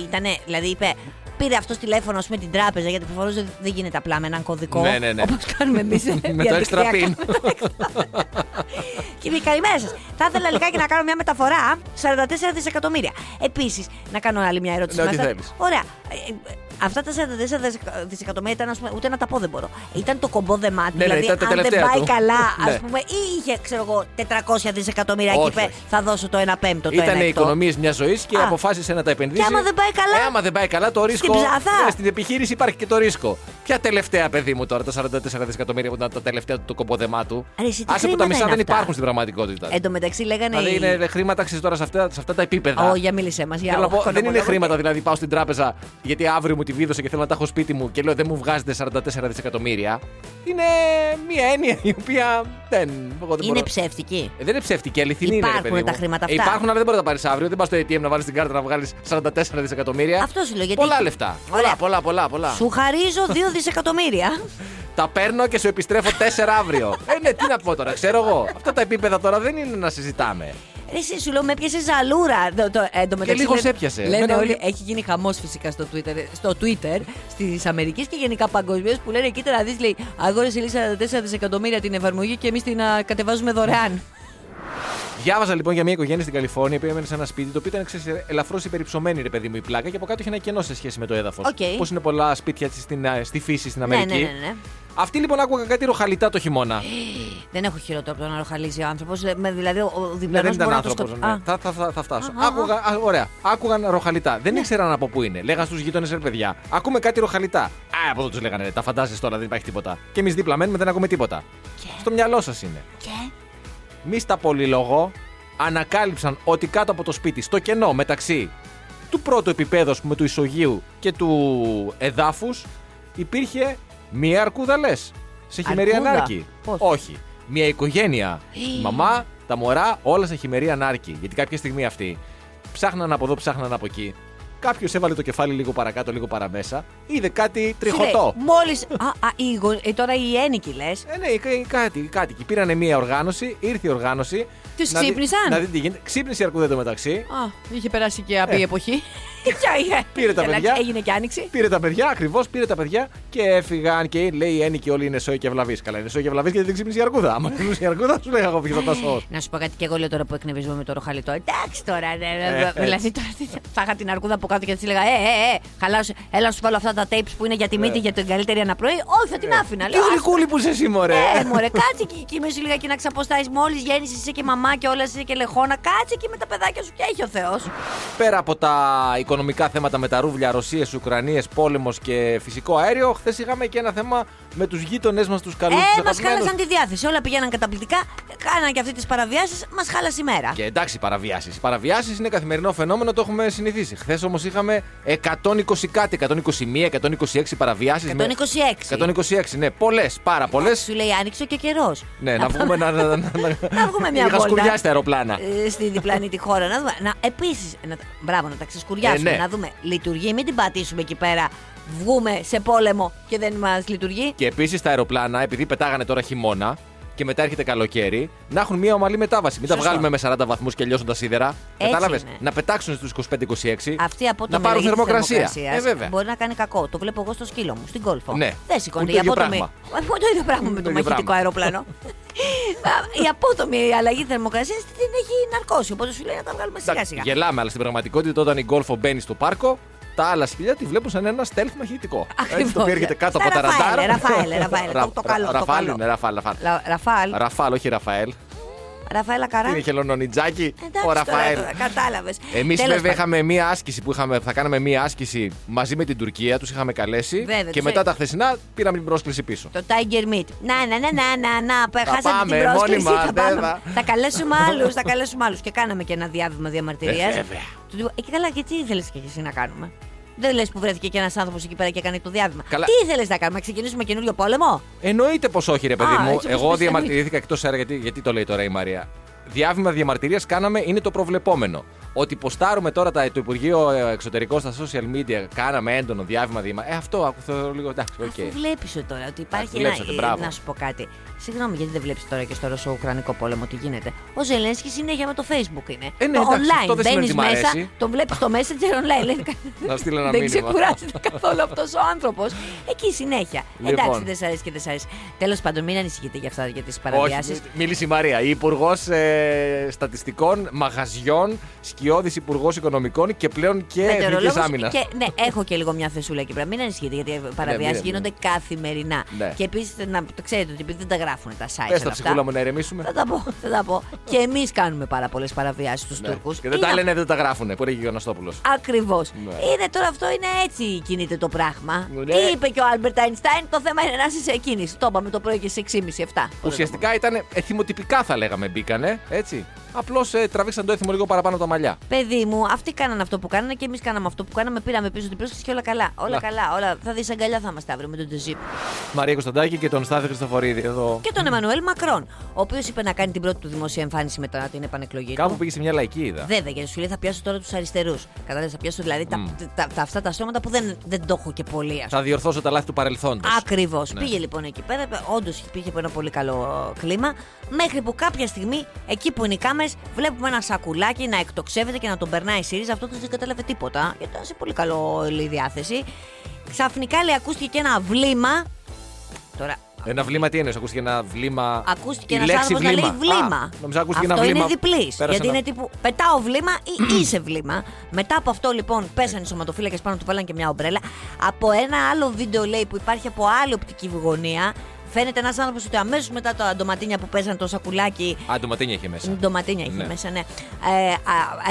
Speaker 4: Ήταν, δηλαδή, είπε, πήρε αυτός τηλέφωνο, ας πούμε, την τράπεζα, γιατί προφανώς δεν, δεν γίνεται απλά με έναν κωδικό.
Speaker 3: Ναι, ναι, ναι.
Speaker 4: Όπως κάνουμε ε, εμεί.
Speaker 3: Με το extra pin.
Speaker 4: Και είπε, καλημέρα σας. Θα ήθελα λιγάκι να κάνω μια μεταφορά. 44 δισεκατομμύρια. Επίσης, να κάνω άλλη μια ερώτηση.
Speaker 3: Ναι, ό,τι
Speaker 4: Μάλιστα.
Speaker 3: θέλεις.
Speaker 4: Ωραία. Ε, ε, Αυτά τα 44 δισεκα- δισεκατομμύρια ήταν, ας πούμε, ούτε να τα πω δεν μπορώ. Ε, Ήταν το κομπό δεμά του.
Speaker 3: Ναι, ναι,
Speaker 4: δηλαδή,
Speaker 3: ήταν τα
Speaker 4: αν δεν
Speaker 3: τελευταία
Speaker 4: πάει
Speaker 3: του.
Speaker 4: καλά, ας
Speaker 3: Ναι.
Speaker 4: πούμε, ή είχε, ξέρω εγώ, 400 δισεκατομμύρια
Speaker 3: Όχι,
Speaker 4: και είπε,
Speaker 3: όχι.
Speaker 4: θα δώσω το 1 πέμπτο. Το
Speaker 3: Ήταν
Speaker 4: ένα
Speaker 3: οι
Speaker 4: έκτο.
Speaker 3: οικονομίες μιας ζωής και
Speaker 4: Α.
Speaker 3: αποφάσισε να τα επενδύσει.
Speaker 4: Και άμα δεν πάει καλά?
Speaker 3: Ε, άμα δεν πάει καλά, το ρίσκο.
Speaker 4: ψαθά.
Speaker 3: Ναι, στην επιχείρηση υπάρχει και το ρίσκο. Ποια τελευταία, παιδί μου, τώρα τα 44 δισεκατομμύρια που ήταν τα τελευταία του το κομποδεμά του.
Speaker 4: Ρε, εσύ, τι
Speaker 3: Άσε που
Speaker 4: χρήματα
Speaker 3: τα μισά
Speaker 4: είναι
Speaker 3: δεν
Speaker 4: αυτά.
Speaker 3: υπάρχουν στην πραγματικότητα.
Speaker 4: Εν τω μεταξύ λέγανε.
Speaker 3: Δηλαδή
Speaker 4: οι-
Speaker 3: είναι χρήματα ξέρεις, τώρα σε αυτά, σε αυτά τα επίπεδα.
Speaker 4: Ω, για μίλησέ μας.
Speaker 3: Θέλω να πω, δεν είναι χρήματα δηλαδή πάω στην τράπεζα γιατί αύριο μου τη βίδωσε και θέλω να τα έχω σπίτι μου και λέω δεν μου βγάζετε 44 δισεκατομμύρια. Είναι μια έννοια η οποία δεν. Εγώ δεν
Speaker 4: Είναι
Speaker 3: μπορώ.
Speaker 4: ψεύτικη.
Speaker 3: Ε, δεν είναι ψεύτικη, αληθινή είναι. ρε
Speaker 4: Υπάρχουν
Speaker 3: παιδί
Speaker 4: τα
Speaker 3: μου.
Speaker 4: χρήματα
Speaker 3: Ε,
Speaker 4: αυτά.
Speaker 3: Υπάρχουν, αλλά δεν μπορεί να τα πάρεις αύριο. Δεν πας στο ATM να βάλεις την κάρτα να βγάλεις 44 δισεκατομμύρια.
Speaker 4: Αυτό σου λέω, γιατί-
Speaker 3: Πολλά λεφτά.
Speaker 4: Ωραία.
Speaker 3: Πολλά, πολλά, πολλά. πολλά.
Speaker 4: Σου χαρίζω 2 δισεκατομμύρια.
Speaker 3: Τα παίρνω και σου επιστρέφω 4 αύριο. ε, ναι, τι να πω τώρα, ξέρω εγώ. Αυτά τα επίπεδα τώρα δεν είναι να συζητάμε.
Speaker 4: Ρε, Εσύ σου λέω, με πιάσε ζαλούρα. Το, το, ε, εν τω μεταξύ
Speaker 3: λίγο
Speaker 4: λένε-
Speaker 3: σε έπιασε.
Speaker 4: Λένε
Speaker 3: Εμένα
Speaker 4: όλοι,
Speaker 3: όλοι-
Speaker 4: έχει γίνει χαμός φυσικά στο Twitter, ε, στο Twitter τη Αμερικής και γενικά παγκοσμίως που λένε: Κοίτα να δεις, λέει, αγόρασε η Λίσσα 44 δισεκατομμύρια την εφαρμογή και εμείς την α, κατεβάζουμε δωρεάν.
Speaker 3: Διάβαζα λοιπόν για μια οικογένεια στην Καλιφόρνια που έμενε σε ένα σπίτι το οποίο ήταν ξέρεις, ελαφρώς υπερυψωμένη, ρε παιδί μου, η πλάκα και από κάτω είχε ένα κενό σε σχέση με το έδαφος.
Speaker 4: Οκ.
Speaker 3: Πώς είναι πολλά σπίτια έτσι, στην, ε, στη φύση στην
Speaker 4: ναι,
Speaker 3: Αμερική.
Speaker 4: ναι, ναι, ναι.
Speaker 3: Αυτοί λοιπόν άκουγαν κάτι ροχαλιτά το χειμώνα.
Speaker 4: Δεν έχω χειρότερο από το να ροχαλίζει ο άνθρωπος. Δηλαδή, ο- ο
Speaker 3: Ναι, δεν
Speaker 4: διπλανό
Speaker 3: ήταν
Speaker 4: μπορεί να το
Speaker 3: άνθρωπος.
Speaker 4: σκοτώσει.
Speaker 3: Ναι. Θα, θα, θα, θα φτάσω.
Speaker 4: Α, Ναι. α, α.
Speaker 3: Άκουγα, α, ωραία. Άκουγαν ροχαλιτά. Δεν ήξεραν από πού είναι. Λέγαν στους γείτονες, ρε παιδιά, ακούμε κάτι ροχαλιτά. Α, από εδώ τους λέγανε, «Ρε, τα φαντάζεσαι τώρα, δεν υπάρχει τίποτα. Και εμείς δίπλα μένουμε, δεν ακούμε τίποτα. Στο μυαλό σας είναι.
Speaker 4: Και
Speaker 3: Μη στα πολυλογώ, ανακάλυψαν ότι κάτω από το σπίτι, στο κενό μεταξύ του πρώτου επίπεδου, ας πούμε, του ισογείου και του εδάφους, υπήρχε μία αρκούδα λες. Σε χειμερή
Speaker 4: Αρκούδα?
Speaker 3: ανάρκη.
Speaker 4: Πώς? Ε.
Speaker 3: Όχι. Μία οικογένεια. Η μαμά, τα μωρά όλα σε χειμερή ανάρκη. Γιατί κάποια στιγμή αυτοί ψάχναν από εδώ, ψάχναν από εκεί. Κάποιος έβαλε το κεφάλι λίγο παρακάτω, λίγο παραμέσα. Είδε κάτι τριχωτό.
Speaker 4: Μόλις. Α, α, οι γο- ε, τώρα οι ένικοι λες.
Speaker 3: Ε, ναι, κα- κάτι, κάτι. Και πήρανε μία οργάνωση, ήρθε η οργάνωση.
Speaker 1: Τους
Speaker 3: να δει-
Speaker 1: ξύπνησαν?
Speaker 3: Να δείτε τι γίνεται. Ξύπνησε η Αρκούδα μεταξύ.
Speaker 1: Α, είχε περάσει και απή
Speaker 3: Ε.
Speaker 1: εποχή.
Speaker 3: Πήρε τα
Speaker 4: Καλά,
Speaker 3: παιδιά.
Speaker 4: Έγινε και άνοιξη.
Speaker 3: Πήρε τα παιδιά, ακριβώς πήρε τα παιδιά και έφυγαν και λέει οι ένικοι όλοι είναι σόι και ευλαβεί. Καλά, είναι σόι και ευλαβεί γιατί δεν ξύπνησε η Αρκούδα. Άμα ξύπνησε η Αρκούδα, σου λέγα εγώ πήγα τα σόι.
Speaker 4: Ε, Να σου πω κάτι και εγώ λέω τώρα που εκνευρίζομαι με το ροχαλιτό. Εντάξει τώρα. ναι, ναι,
Speaker 3: Ε,
Speaker 4: δηλαδή τώρα τι θα- θα είχα την αρκούδα από κάτω και θα της έλεγα Ε, ε, ε, χαλάσου, έλα να σου βάλω αυτά τα tapes που είναι για τη μύτη για την καλύτερη αναπνοή. Όχι, θα την άφηνα.
Speaker 3: Ε. Τι
Speaker 4: λέω, «Άστα».
Speaker 3: γλυκούλη που είσαι εσύ, μωρέ.
Speaker 4: Ε, μωρέ, κάτσε εκεί, εκεί μέσα λίγα και να ξαποστάει. Μόλις γέννησες είσαι και μαμά και όλα είσαι και λεχόνα. Κάτσε εκεί με τα παιδάκια σου και έχει ο Θεός.
Speaker 3: Πέρα από τα οικονομικά θέματα με τα ρούβλια, Ρωσίες, Ουκρανίες, πόλεμος και φυσικό αέριο, χθες είχαμε και ένα θέμα με τους γείτονές μας, τους καλούς
Speaker 4: Ε,
Speaker 3: τους
Speaker 4: μας χάλασαν τη διάθεση. Όλα πηγαίναν καταπληκτικά. Κάναν και αυτέ τις παραβιάσεις. Μας χάλασε η μέρα.
Speaker 3: Και εντάξει, παραβιάσεις. Οι παραβιάσεις είναι καθημερινό φαινόμενο, το έχουμε συνηθίσει. Χθες όμως είχαμε 120 κάτι, 121, 126 παραβιάσει.
Speaker 4: 126.
Speaker 3: 126, ναι, πολλές, πάρα πολλέ.
Speaker 4: Ε, Σου λέει άνοιξε και καιρός.
Speaker 3: Ναι, να βγούμε να. να, να, να-
Speaker 4: Να βγούμε μια
Speaker 3: Είχα
Speaker 4: βόλτα.
Speaker 3: σκουριάσει τα αεροπλάνα.
Speaker 4: Ε, στη διπλανή τη χώρα. Να δούμε. Να, επίσης, να, τα- μπράβο, να τα ξεσκουριάσουμε.
Speaker 3: Ε, ναι.
Speaker 4: Να δούμε. Λειτουργεί, μην την πατήσουμε εκεί πέρα. Βγούμε σε πόλεμο και δεν μας λειτουργεί.
Speaker 3: Και επίσης τα αεροπλάνα, επειδή πετάγανε τώρα χειμώνα και μετά έρχεται καλοκαίρι, να έχουν μια ομαλή μετάβαση. Μην τα
Speaker 4: Σωστό.
Speaker 3: βγάλουμε με 40 βαθμούς και λιώσουν τα σίδερα.
Speaker 4: Έτσι
Speaker 3: Κατάλαβες.
Speaker 4: είναι.
Speaker 3: Να πετάξουν στους 25-26.
Speaker 4: Αυτή από το
Speaker 3: να πάρουν θερμοκρασία. Ε, βέβαια.
Speaker 4: Μπορεί να κάνει κακό. Το βλέπω εγώ στο σκύλο μου, στην κόλφο.
Speaker 3: Ναι.
Speaker 4: Δεν
Speaker 3: Ούτε
Speaker 4: σηκώνει.
Speaker 3: ίδιο
Speaker 4: απότομη-
Speaker 3: πράγμα.
Speaker 4: Ε, Το ίδιο πράγμα με
Speaker 3: Το
Speaker 4: το
Speaker 3: ίδιο
Speaker 4: μαχητικό
Speaker 3: πράγμα.
Speaker 4: αεροπλάνο. η απότομη αλλαγή θερμοκρασίας την έχει ναρκώσει. Οπότε σου λέει να τα βγάλουμε σιγά
Speaker 3: Εντάξει,
Speaker 4: σιγά.
Speaker 3: Γελάμε, αλλά στην πραγματικότητα όταν η γκολφο μπαίνει στο πάρκο, τα άλλα σκυλιά τη βλέπουν σαν ένα stealth μαχητικό. Έτσι, το
Speaker 4: Ακριβώς.
Speaker 3: οποίο έρχεται κάτω
Speaker 4: Στα
Speaker 3: από τα
Speaker 4: Ραφαέλ,
Speaker 3: ραντάρ.
Speaker 4: Ραφαέλ, Ραφαέλ, το- το καλό, το
Speaker 3: Ραφαέλ,
Speaker 4: καλό.
Speaker 3: ναι, Ραφαέλ, Ραφαέλ.
Speaker 4: Λα- Ραφάλ,
Speaker 3: Ραφάλ, όχι Ραφαέλ.
Speaker 4: Ραφαέλα Καρά.
Speaker 3: Είναι χελωνονιτζάκι.
Speaker 4: Εντάξει,
Speaker 3: Ο
Speaker 4: τώρα,
Speaker 3: Ραφαέλ.
Speaker 4: τώρα, κατάλαβες.
Speaker 3: Εμείς βέβαια είχαμε μία άσκηση που είχαμε, θα κάναμε μία άσκηση μαζί με την Τουρκία, τους είχαμε καλέσει.
Speaker 4: Βέβαια,
Speaker 3: και
Speaker 4: τους
Speaker 3: μετά
Speaker 4: έ-
Speaker 3: τα χθεσινά πήραμε την πρόσκληση πίσω.
Speaker 4: Το Tiger Meat. Να, να, να, να, να, να. πε-
Speaker 3: Θα
Speaker 4: Χάσατε
Speaker 3: πάμε,
Speaker 4: την πρόσκληση.
Speaker 3: μόνοι μας,
Speaker 4: θα, πάμε.
Speaker 3: βέβαια.
Speaker 4: θα καλέσουμε άλλους. Θα καλέσουμε άλλους. Και κάναμε και ένα διάβημα διαμαρτυρίας.
Speaker 3: Ε, βέβαια.
Speaker 4: Του λέω, «Ε, και καλά, και τι ήθελες και εσύ να κάνουμε. Δεν λες που βρέθηκε και ένας άνθρωπος εκεί πέρα και έκανε το διάβημα.
Speaker 3: Καλά.
Speaker 4: Τι ήθελες να κάνουμε, να ξεκινήσουμε καινούριο πόλεμο.
Speaker 3: Εννοείται πως όχι, ρε παιδί
Speaker 4: Α,
Speaker 3: μου.
Speaker 4: έτσι όπως
Speaker 3: Εγώ
Speaker 4: πιστεύει.
Speaker 3: διαμαρτυρήθηκα εκτός αέρα γιατί, γιατί το λέει τώρα η Μαρία. Διάβημα διαμαρτυρίας κάναμε είναι το προβλεπόμενο. Ότι ποστάρουμε τώρα τα, το Υπουργείο ε, Εξωτερικών στα social media, κάναμε έντονο διάβημα διαμαρτυρία. Ε, αυτό ακούω λίγο. Εντάξει, οκ.
Speaker 4: Αφού βλέπει τώρα ότι υπάρχει
Speaker 3: Α, δουλέψατε,
Speaker 4: ένα. ε,
Speaker 3: μπράβο.
Speaker 4: Να σου πω κάτι. Συγγνώμη, γιατί δεν βλέπεις τώρα και στο Ρωσο-Ουκρανικό πόλεμο τι γίνεται. Ο Ζελένσκι συνέχεια με το Facebook είναι.
Speaker 3: Ε, ναι,
Speaker 4: το
Speaker 3: εντάξει,
Speaker 4: online.
Speaker 3: αυτό δεν σημαίνει
Speaker 4: Μπαίνεις
Speaker 3: ότι μ' αρέσει.
Speaker 4: μέσα, τον βλέπεις στο Messenger online. Λέει,
Speaker 3: Να στείλω ένα
Speaker 4: δεν
Speaker 3: μήνυμα.
Speaker 4: ξεκουράζεται καθόλου αυτός ο άνθρωπος. Εκεί συνέχεια.
Speaker 3: Λοιπόν.
Speaker 4: Εντάξει, δεν σ' αρέσει και δεν σ' αρέσει. Τέλος πάντων, μην ανησυχείτε για αυτά, για τις
Speaker 3: Όχι,
Speaker 4: παραβιάσεις.
Speaker 3: μι- μίλησε η Μαρία. Η Υπουργός Στατιστικών, Μαγαζιών, Σκιώδης Υπουργός Οικονομικών και πλέον και Εθνική Άμυνας.
Speaker 4: Και, ναι, έχω και λίγο μια θεσούλα εκεί πέρα. Μην ανησυχείτε, γιατί
Speaker 3: Ναι,
Speaker 4: παραβιάσεις
Speaker 3: μην-
Speaker 4: γίνονται καθημερινά.
Speaker 3: Ναι.
Speaker 4: Και επίσης, να το ξέρετε ότι επειδή δεν τα γράφουν τα site.
Speaker 3: Πες τα
Speaker 4: όλα
Speaker 3: ψυχούλα
Speaker 4: αυτά,
Speaker 3: μου να ηρεμήσουμε.
Speaker 4: Θα τα πω, θα τα πω. και εμείς κάνουμε πάρα πολλές παραβιάσεις στους
Speaker 3: Ναι.
Speaker 4: Τούρκους.
Speaker 3: Και δεν τα λένε, δεν τα γράφουνε. Που έλεγε ο Αναστόπουλο.
Speaker 4: Ακριβώς.
Speaker 3: Ναι.
Speaker 4: Είναι τώρα αυτό, είναι έτσι κινείται το πράγμα.
Speaker 3: Ναι.
Speaker 4: Τι είπε και ο Άλμπερτ Αϊνστάιν, το θέμα είναι να είσαι σε κίνηση. Το είπαμε το πρωί και σε 6.30-7.
Speaker 3: Ουσιαστικά ήταν εθιμοτυπικά θα λέγαμε μπήκανε, έτσι. Απλώς τραβήξαν το έθιμο λίγο παραπάνω από τα μαλλιά.
Speaker 4: Παιδί μου, αυτοί κάνανε αυτό που κάνανε και εμείς κάναμε αυτό που κάναμε. Πήραμε πίσω την πρόσκληση και όλα καλά. Όλα
Speaker 3: Να.
Speaker 4: καλά. Όλα... Θα δεις αγκαλιά θα είμαστε αύριο με τον Τζιπ.
Speaker 3: Μαρία Κωνσταντάκη και τον Στάθη Χριστοφορίδη εδώ.
Speaker 4: Και τον Εμμανουέλ Μακρόν, ο οποίος είπε να κάνει την πρώτη του δημόσια εμφάνιση μετά την επανεκλογή.
Speaker 3: Κάπου
Speaker 4: του.
Speaker 3: πήγε σε μια λαϊκή είδα.
Speaker 4: Βέβαια, γιατί σου λέει θα πιάσω τώρα τους αριστερούς. Κατάλαβες, θα πιάσω δηλαδή τα, τα, τα, αυτά τα στρώματα που δεν, δεν το έχω και πολύ, ας
Speaker 3: Θα διορθώσω τα λάθη του παρελθόντος.
Speaker 4: Ακριβώς.
Speaker 3: Ναι.
Speaker 4: Πήγε λοιπόν εκεί πέρα, όντως υπήρχε ένα πολύ καλό κλίμα. Μέχρι που κάποια στιγμή, εκεί που είναι οι κάμερε, βλέπουμε ένα σακουλάκι να εκτοξεύεται και να τον περνάει η ΣΥΡΙΖΑ. Αυτό δεν κατάλαβε τίποτα, γιατί ήταν σε πολύ καλό λέει, διάθεση. Ξαφνικά λέει, ακούστηκε και ένα βλήμα. Τώρα,
Speaker 3: Ένα βλήμα τι είναι, ακούστηκε ένα βλήμα.
Speaker 4: ακούστηκε
Speaker 3: Η
Speaker 4: ένας
Speaker 3: λέξη
Speaker 4: άνθρωπος να λέει βλήμα.
Speaker 3: Α, νόμιζα ακούστηκε
Speaker 4: αυτό
Speaker 3: ένα βλήμα.
Speaker 4: είναι διπλής.
Speaker 3: Πέρασε
Speaker 4: Γιατί
Speaker 3: ένα-
Speaker 4: είναι τύπου πετάω βλήμα ή είσαι βλήμα. Μετά από αυτό λοιπόν πέσανε οι σωματοφύλακες πάνω του, βάλαν και μια ομπρέλα. Από ένα άλλο βίντεο λέει που υπάρχει από άλλη οπτική γωνία. Φαίνεται ένας άνθρωπος ότι αμέσως μετά τα ντοματίνια που πέσανε το σακουλάκι.
Speaker 3: Α, ντοματίνια είχε μέσα.
Speaker 4: Ντοματίνια είχε
Speaker 3: Ναι.
Speaker 4: μέσα, ναι. Ε,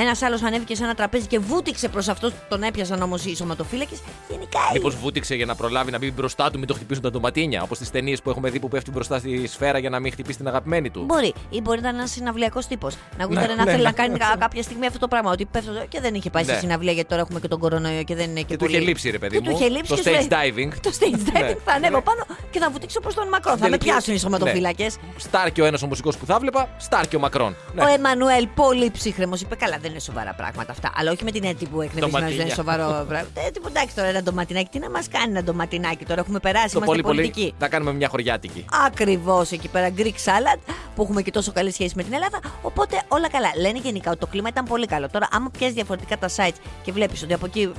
Speaker 4: ένα άλλος ανέβηκε σε ένα τραπέζι και βούτυξε προς αυτός. Τον έπιασαν όμως οι σωματοφύλακες. Γενικά η-
Speaker 3: Μήπως βούτυξε για να προλάβει να μπει μπροστά του, μην το χτυπήσουν τα ντοματίνια. Όπως τι ταινίες που έχουμε δει που πέφτει μπροστά στη σφαίρα για να μην χτυπήσει την αγαπημένη του.
Speaker 4: Μπορεί. Ή μπορεί να ήταν ένας συναυλιακός τύπος. Να γούσταρε
Speaker 3: Ναι,
Speaker 4: να
Speaker 3: ναι.
Speaker 4: θέλει να κάνει κα- κάποια στιγμή αυτό το πράγμα. Ότι πέφτω εδώ και δεν είχε πάει σε
Speaker 3: Ναι.
Speaker 4: συναυλία γιατί τώρα έχουμε και τον κορονοϊό και δεν είναι και,
Speaker 3: Και του
Speaker 4: πολύ.
Speaker 3: είχε λείψει, ρε παιδί
Speaker 4: Και του
Speaker 3: μου,
Speaker 4: είχε λείψει
Speaker 3: το
Speaker 4: και σου
Speaker 3: stage
Speaker 4: λέει,
Speaker 3: diving.
Speaker 4: Το stage diving
Speaker 3: Ναι.
Speaker 4: θα ανέβω πάνω και θα βουτήξω προς τον Μακρόν. Θα με
Speaker 3: Τελική-
Speaker 4: πιάσουν οι σωματοφύλακες.
Speaker 3: Ναι. Στάρ και ο ένας ο μουσικός που θα βλέπα, στάρ και ο Μακρόν. Ναι.
Speaker 4: Ο Εμμανουέλ πολύ ψύχρεμος είπε: Καλά, δεν είναι σοβαρά πράγματα αυτά. Αλλά όχι με την αίτη που εκνευρισμένο
Speaker 3: Ντοματίνια.
Speaker 4: δεν είναι σοβαρό πράγμα. Ε, τι- εντάξει τώρα ένα ντοματινάκι, τι να μας κάνει ένα ντοματινάκι τώρα, έχουμε
Speaker 3: το
Speaker 4: περάσει,
Speaker 3: πολύ
Speaker 4: είμαστε πολιτικοί.
Speaker 3: πολύ. Να κάνουμε μια χωριάτικη.
Speaker 4: Ακριβώς εκεί πέρα, Greek salad, που έχουμε και τόσο καλή σχέση με την Ελλάδα. Οπότε όλα καλά. Λένε γενικά ότι το κλίμα ήταν πολύ καλό. Τώρα, άμα πιάσεις διαφορετικά τα sites και βλέπεις ότι από εκεί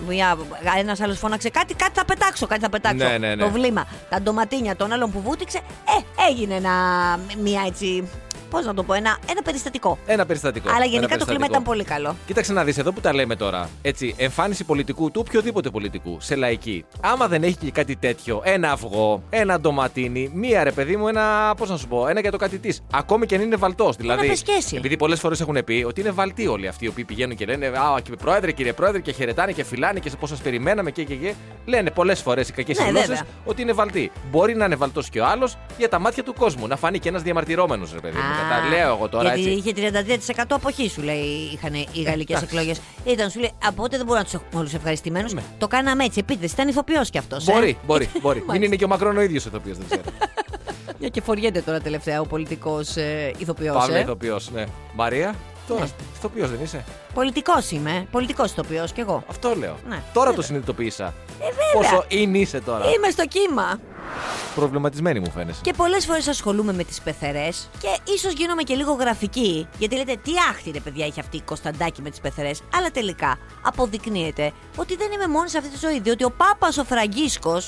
Speaker 4: ένα άλλος φώναξε κάτι, κάτι θα πετάξω, κάτι θα πετάξω.
Speaker 3: Ναι, ναι, ναι.
Speaker 4: Το βλήμα, τα ντοματίνια των άλλων που βούτυξε, ε, έγινε ένα, μια έτσι. Πώς να το πω, ένα, ένα περιστατικό.
Speaker 3: Ένα περιστατικό.
Speaker 4: Αλλά
Speaker 3: Ναι, Ένα
Speaker 4: γενικά το κλίμα
Speaker 3: περιστατικό.
Speaker 4: ήταν πολύ καλό.
Speaker 3: Κοίταξε να δεις εδώ που τα λέμε τώρα. Έτσι, εμφάνιση πολιτικού του οποιοδήποτε πολιτικού σε λαϊκή. Άμα δεν έχει και κάτι τέτοιο, ένα αυγό, ένα ντοματίνι, μία ρε παιδί μου, ένα. Πώς να σου πω, ένα για το κάτι της. Ακόμη και αν είναι βαλτός. Δηλαδή,
Speaker 4: πεσκέσει.
Speaker 3: επειδή πολλές φορές έχουν πει ότι είναι βαλτοί όλοι αυτοί οι οποίοι πηγαίνουν και λένε Α, κύριε Πρόεδρε, κύριε Πρόεδρε, και χαιρετάνε και φυλάνε και πώς σας περιμέναμε και, και, και. Λένε πολλές φορές οι κακές
Speaker 4: Ναι,
Speaker 3: γλώσσε
Speaker 4: βέβαια.
Speaker 3: ότι είναι βαλτοί. Μπορεί να είναι βαλτός και ο άλλος για τα μάτια του κόσμου. Να φανεί και ένας διαμαρτυρόμενο, ρε παιδί μου.
Speaker 4: Α,
Speaker 3: Κατά λέω εγώ τώρα
Speaker 4: γιατί
Speaker 3: έτσι. Ε,
Speaker 4: είχε 33% αποχή, σου λέει, είχαν οι γαλλικές
Speaker 3: εντάξει. Ναι.
Speaker 4: εκλογές. Ήταν, σου λέει, από τότε δεν μπορούμε να τους έχουμε όλους ευχαριστημένους. Το κάναμε έτσι. Επίτηδε, ήταν ηθοποιός κι ε. αυτό.
Speaker 3: Μπορεί, μπορεί, μπορεί. Μην
Speaker 4: Μάλιστα.
Speaker 3: είναι και ο Μακρόν ο ίδιος ηθοποιός, δεν ξέρω.
Speaker 4: Μια και φοριέται τώρα τελευταία ο πολιτικός ε, ηθοποιός.
Speaker 3: Παύλα
Speaker 4: Ε.
Speaker 3: ηθοποιός, ναι. Μαρία, τώρα
Speaker 4: Ναι.
Speaker 3: ηθοποιός δεν είσαι.
Speaker 4: Πολιτικός είμαι. Πολιτικός ηθοποιός κι εγώ.
Speaker 3: Αυτό λέω.
Speaker 4: Ναι,
Speaker 3: Τώρα το
Speaker 4: βέβαια. Ε,
Speaker 3: συνειδητοποίησα.
Speaker 4: βέβαια.
Speaker 3: Πόσο είναι είσαι τώρα.
Speaker 4: Είμαι στο κύμα.
Speaker 3: Προβληματισμένη μου φαίνεσαι.
Speaker 4: Και πολλές φορές ασχολούμαι με τις πεθερές και ίσως γίνομαι και λίγο γραφική. Γιατί λέτε, τι άχτη ρε παιδιά έχει αυτή η Κωνσταντάκη με τις πεθερές. Αλλά τελικά αποδεικνύεται ότι δεν είμαι μόνη σε αυτή τη ζωή. Διότι ο Πάπας ο Φραγκίσκος,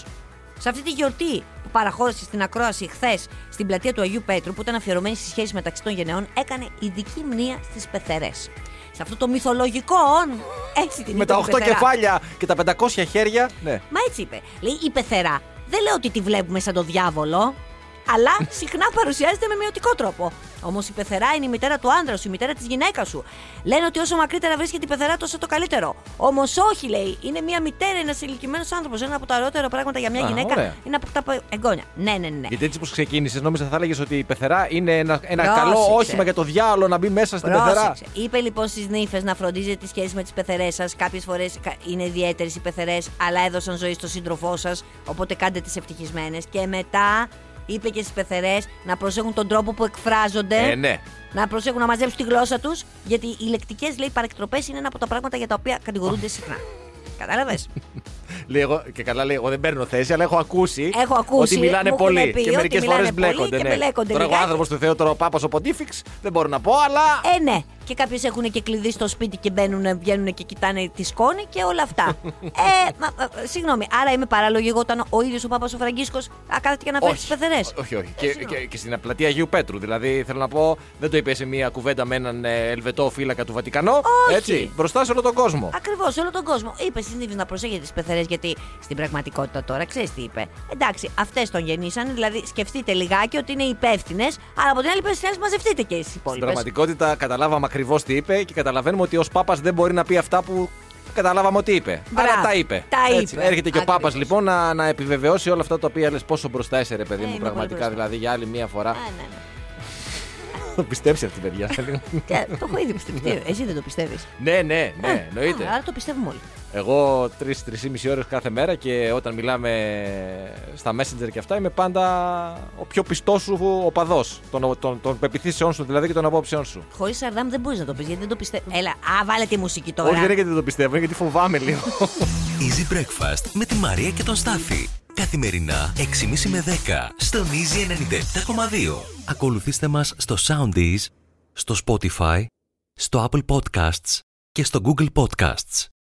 Speaker 4: σε αυτή τη γιορτή που παραχώρησε στην ακρόαση χθες στην πλατεία του Αγίου Πέτρου, που ήταν αφιερωμένη στη σχέση μεταξύ των γενεών, έκανε ειδική μνήα στις πεθερές. Σε αυτό το μυθολογικό όν, έτσι την
Speaker 3: Με
Speaker 4: είπε
Speaker 3: τα
Speaker 4: η
Speaker 3: 8
Speaker 4: πεθερά.
Speaker 3: κεφάλια και τα 500 χέρια. Ναι.
Speaker 4: Μα έτσι είπε. Λέει η πεθερά. Δεν λέω ότι τη βλέπουμε σαν τον διάβολο, αλλά συχνά παρουσιάζεται με μειωτικό τρόπο. Όμως η πεθερά είναι η μητέρα του άντρα σου, η μητέρα της γυναίκας σου. Λένε ότι όσο μακρύτερα βρίσκεται η πεθερά, τόσο το καλύτερο. Όμως όχι, λέει. Είναι μια μητέρα, ένας ηλικιωμένος άνθρωπος. Ένα από τα ωραιότερα πράγματα για μια
Speaker 3: Α,
Speaker 4: γυναίκα
Speaker 3: ωραία.
Speaker 4: είναι από τα εγγόνια. Ναι, ναι, ναι.
Speaker 3: Γιατί έτσι πώ ξεκίνησες, νόμιζα θα έλεγες ότι η πεθερά είναι ένα, ένα
Speaker 4: Πρόσεξε.
Speaker 3: καλό όχημα για το διάλογο να μπει μέσα στην πεθερά.
Speaker 4: Πρόσεξε. Είπε λοιπόν στις νύφες να φροντίζετε τη σχέση με τις πεθερές σας. Κάποιες φορές είναι ιδιαίτερες οι πεθερές, αλλά έδωσαν ζωή στον σύντροφό σας. Οπότε κάντε τις ευτυχισμένες. Και μετά είπε και στις πεθερές να προσέχουν τον τρόπο που εκφράζονται.
Speaker 3: Ε, ναι.
Speaker 4: Να προσέχουν να μαζέψουν τη γλώσσα τους. Γιατί οι λεκτικές λέει παρεκτροπές είναι ένα από τα πράγματα για τα οποία κατηγορούνται συχνά. Κατάλαβες.
Speaker 3: Λέει, εγώ, και καλά λέει, εγώ δεν παίρνω θέση, αλλά έχω ακούσει,
Speaker 4: Έχω ακούσει,
Speaker 3: ότι μιλάνε
Speaker 4: μου έχουν
Speaker 3: πολύ.
Speaker 4: πει
Speaker 3: και
Speaker 4: ότι
Speaker 3: μερικές
Speaker 4: μιλάνε
Speaker 3: φορές
Speaker 4: πολύ
Speaker 3: μπλέκονται.
Speaker 4: και
Speaker 3: ναι.
Speaker 4: μπλέκονται
Speaker 3: Τώρα, εγώ
Speaker 4: λιγάκι.
Speaker 3: άνθρωπος του Θεού, τώρα ο Πάπας ο Ποντίφιξ, δεν μπορώ να πω, αλλά.
Speaker 4: Ε, ναι. Και κάποιε έχουν και κλειδί στο σπίτι και μπαίνουν, βγαίνουν και κοιτάνε τη σκόνη και όλα αυτά. ε, μα, ε, συγγνώμη, άρα είμαι παράλογη εγώ όταν ο ίδιος ο Πάπας ο Φραγκίσκος κάθεται και αναφέρει τις πεθερές.
Speaker 3: Ό- Όχι,
Speaker 4: Ε,
Speaker 3: όχι. Και, και, και στην πλατεία Αγίου Πέτρου. Δηλαδή, θέλω να πω, δεν το είπε σε μία κουβέντα με έναν ε, Ελβετό φύλακα του Βατικανό.
Speaker 4: Όχι.
Speaker 3: Έτσι, μπροστά σε όλο τον κόσμο.
Speaker 4: Ακριβώς, όλο τον κόσμο. Είπες συνήθω να προσέχετε τις πεθερές, γιατί στην πραγματικότητα τώρα ξέρεις τι είπε. Εντάξει, αυτές τον γεννήσανε, δηλαδή σκεφτείτε λιγάκι ότι είναι υπεύθυνες, αλλά από την άλλη πλευρά μαζευτείτε και εσείς οι
Speaker 3: Στην
Speaker 4: υπόλοιπε.
Speaker 3: πραγματικότητα, καταλάβαμε ακριβώς τι είπε και καταλαβαίνουμε ότι ως Πάπας δεν μπορεί να πει αυτά που καταλάβαμε ότι είπε.
Speaker 4: Μπράβο.
Speaker 3: Αλλά τα είπε.
Speaker 4: Τα
Speaker 3: Έτσι,
Speaker 4: είπε.
Speaker 3: Έρχεται και ο Πάπας
Speaker 4: Ακριβώς.
Speaker 3: λοιπόν να, να επιβεβαιώσει όλα αυτά τα οποία λες πόσο μπροστά είσαι, ρε παιδί
Speaker 4: Ε,
Speaker 3: μου,
Speaker 4: είναι πολύ
Speaker 3: πραγματικά.
Speaker 4: μπροστά. Ε.
Speaker 3: Δηλαδή, για άλλη μία φορά.
Speaker 4: Α, ναι, ναι.
Speaker 3: Το πιστέψει αυτή, παιδιά.
Speaker 4: Ε. Τι, το έχω ήδη πιστευτεί. Εσύ δεν το πιστεύεις.
Speaker 3: ναι, ναι, ναι, εννοείται.
Speaker 4: Άρα το πιστεύουμε όλοι.
Speaker 3: Εγώ 3-3,5 ώρες κάθε μέρα και όταν μιλάμε στα Messenger και αυτά είμαι πάντα ο πιο πιστός σου οπαδός των, των, των πεπιθήσεών σου δηλαδή και των απόψεών σου.
Speaker 4: Χωρίς Σαρδάμ δεν μπορείς να το πεις γιατί δεν το πιστεύει. Έλα, α, βάλε τη μουσική τώρα.
Speaker 3: Όχι δεν είναι γιατί δεν το πιστεύω, είναι γιατί φοβάμαι λίγο.
Speaker 2: Easy Breakfast με τη Μαρία και τον Στάφη. Καθημερινά 6.30 με 10 στον Easy 97.2. Ακολουθήστε μας στο Soundees, στο Spotify, στο Apple Podcasts και στο Google Podcasts.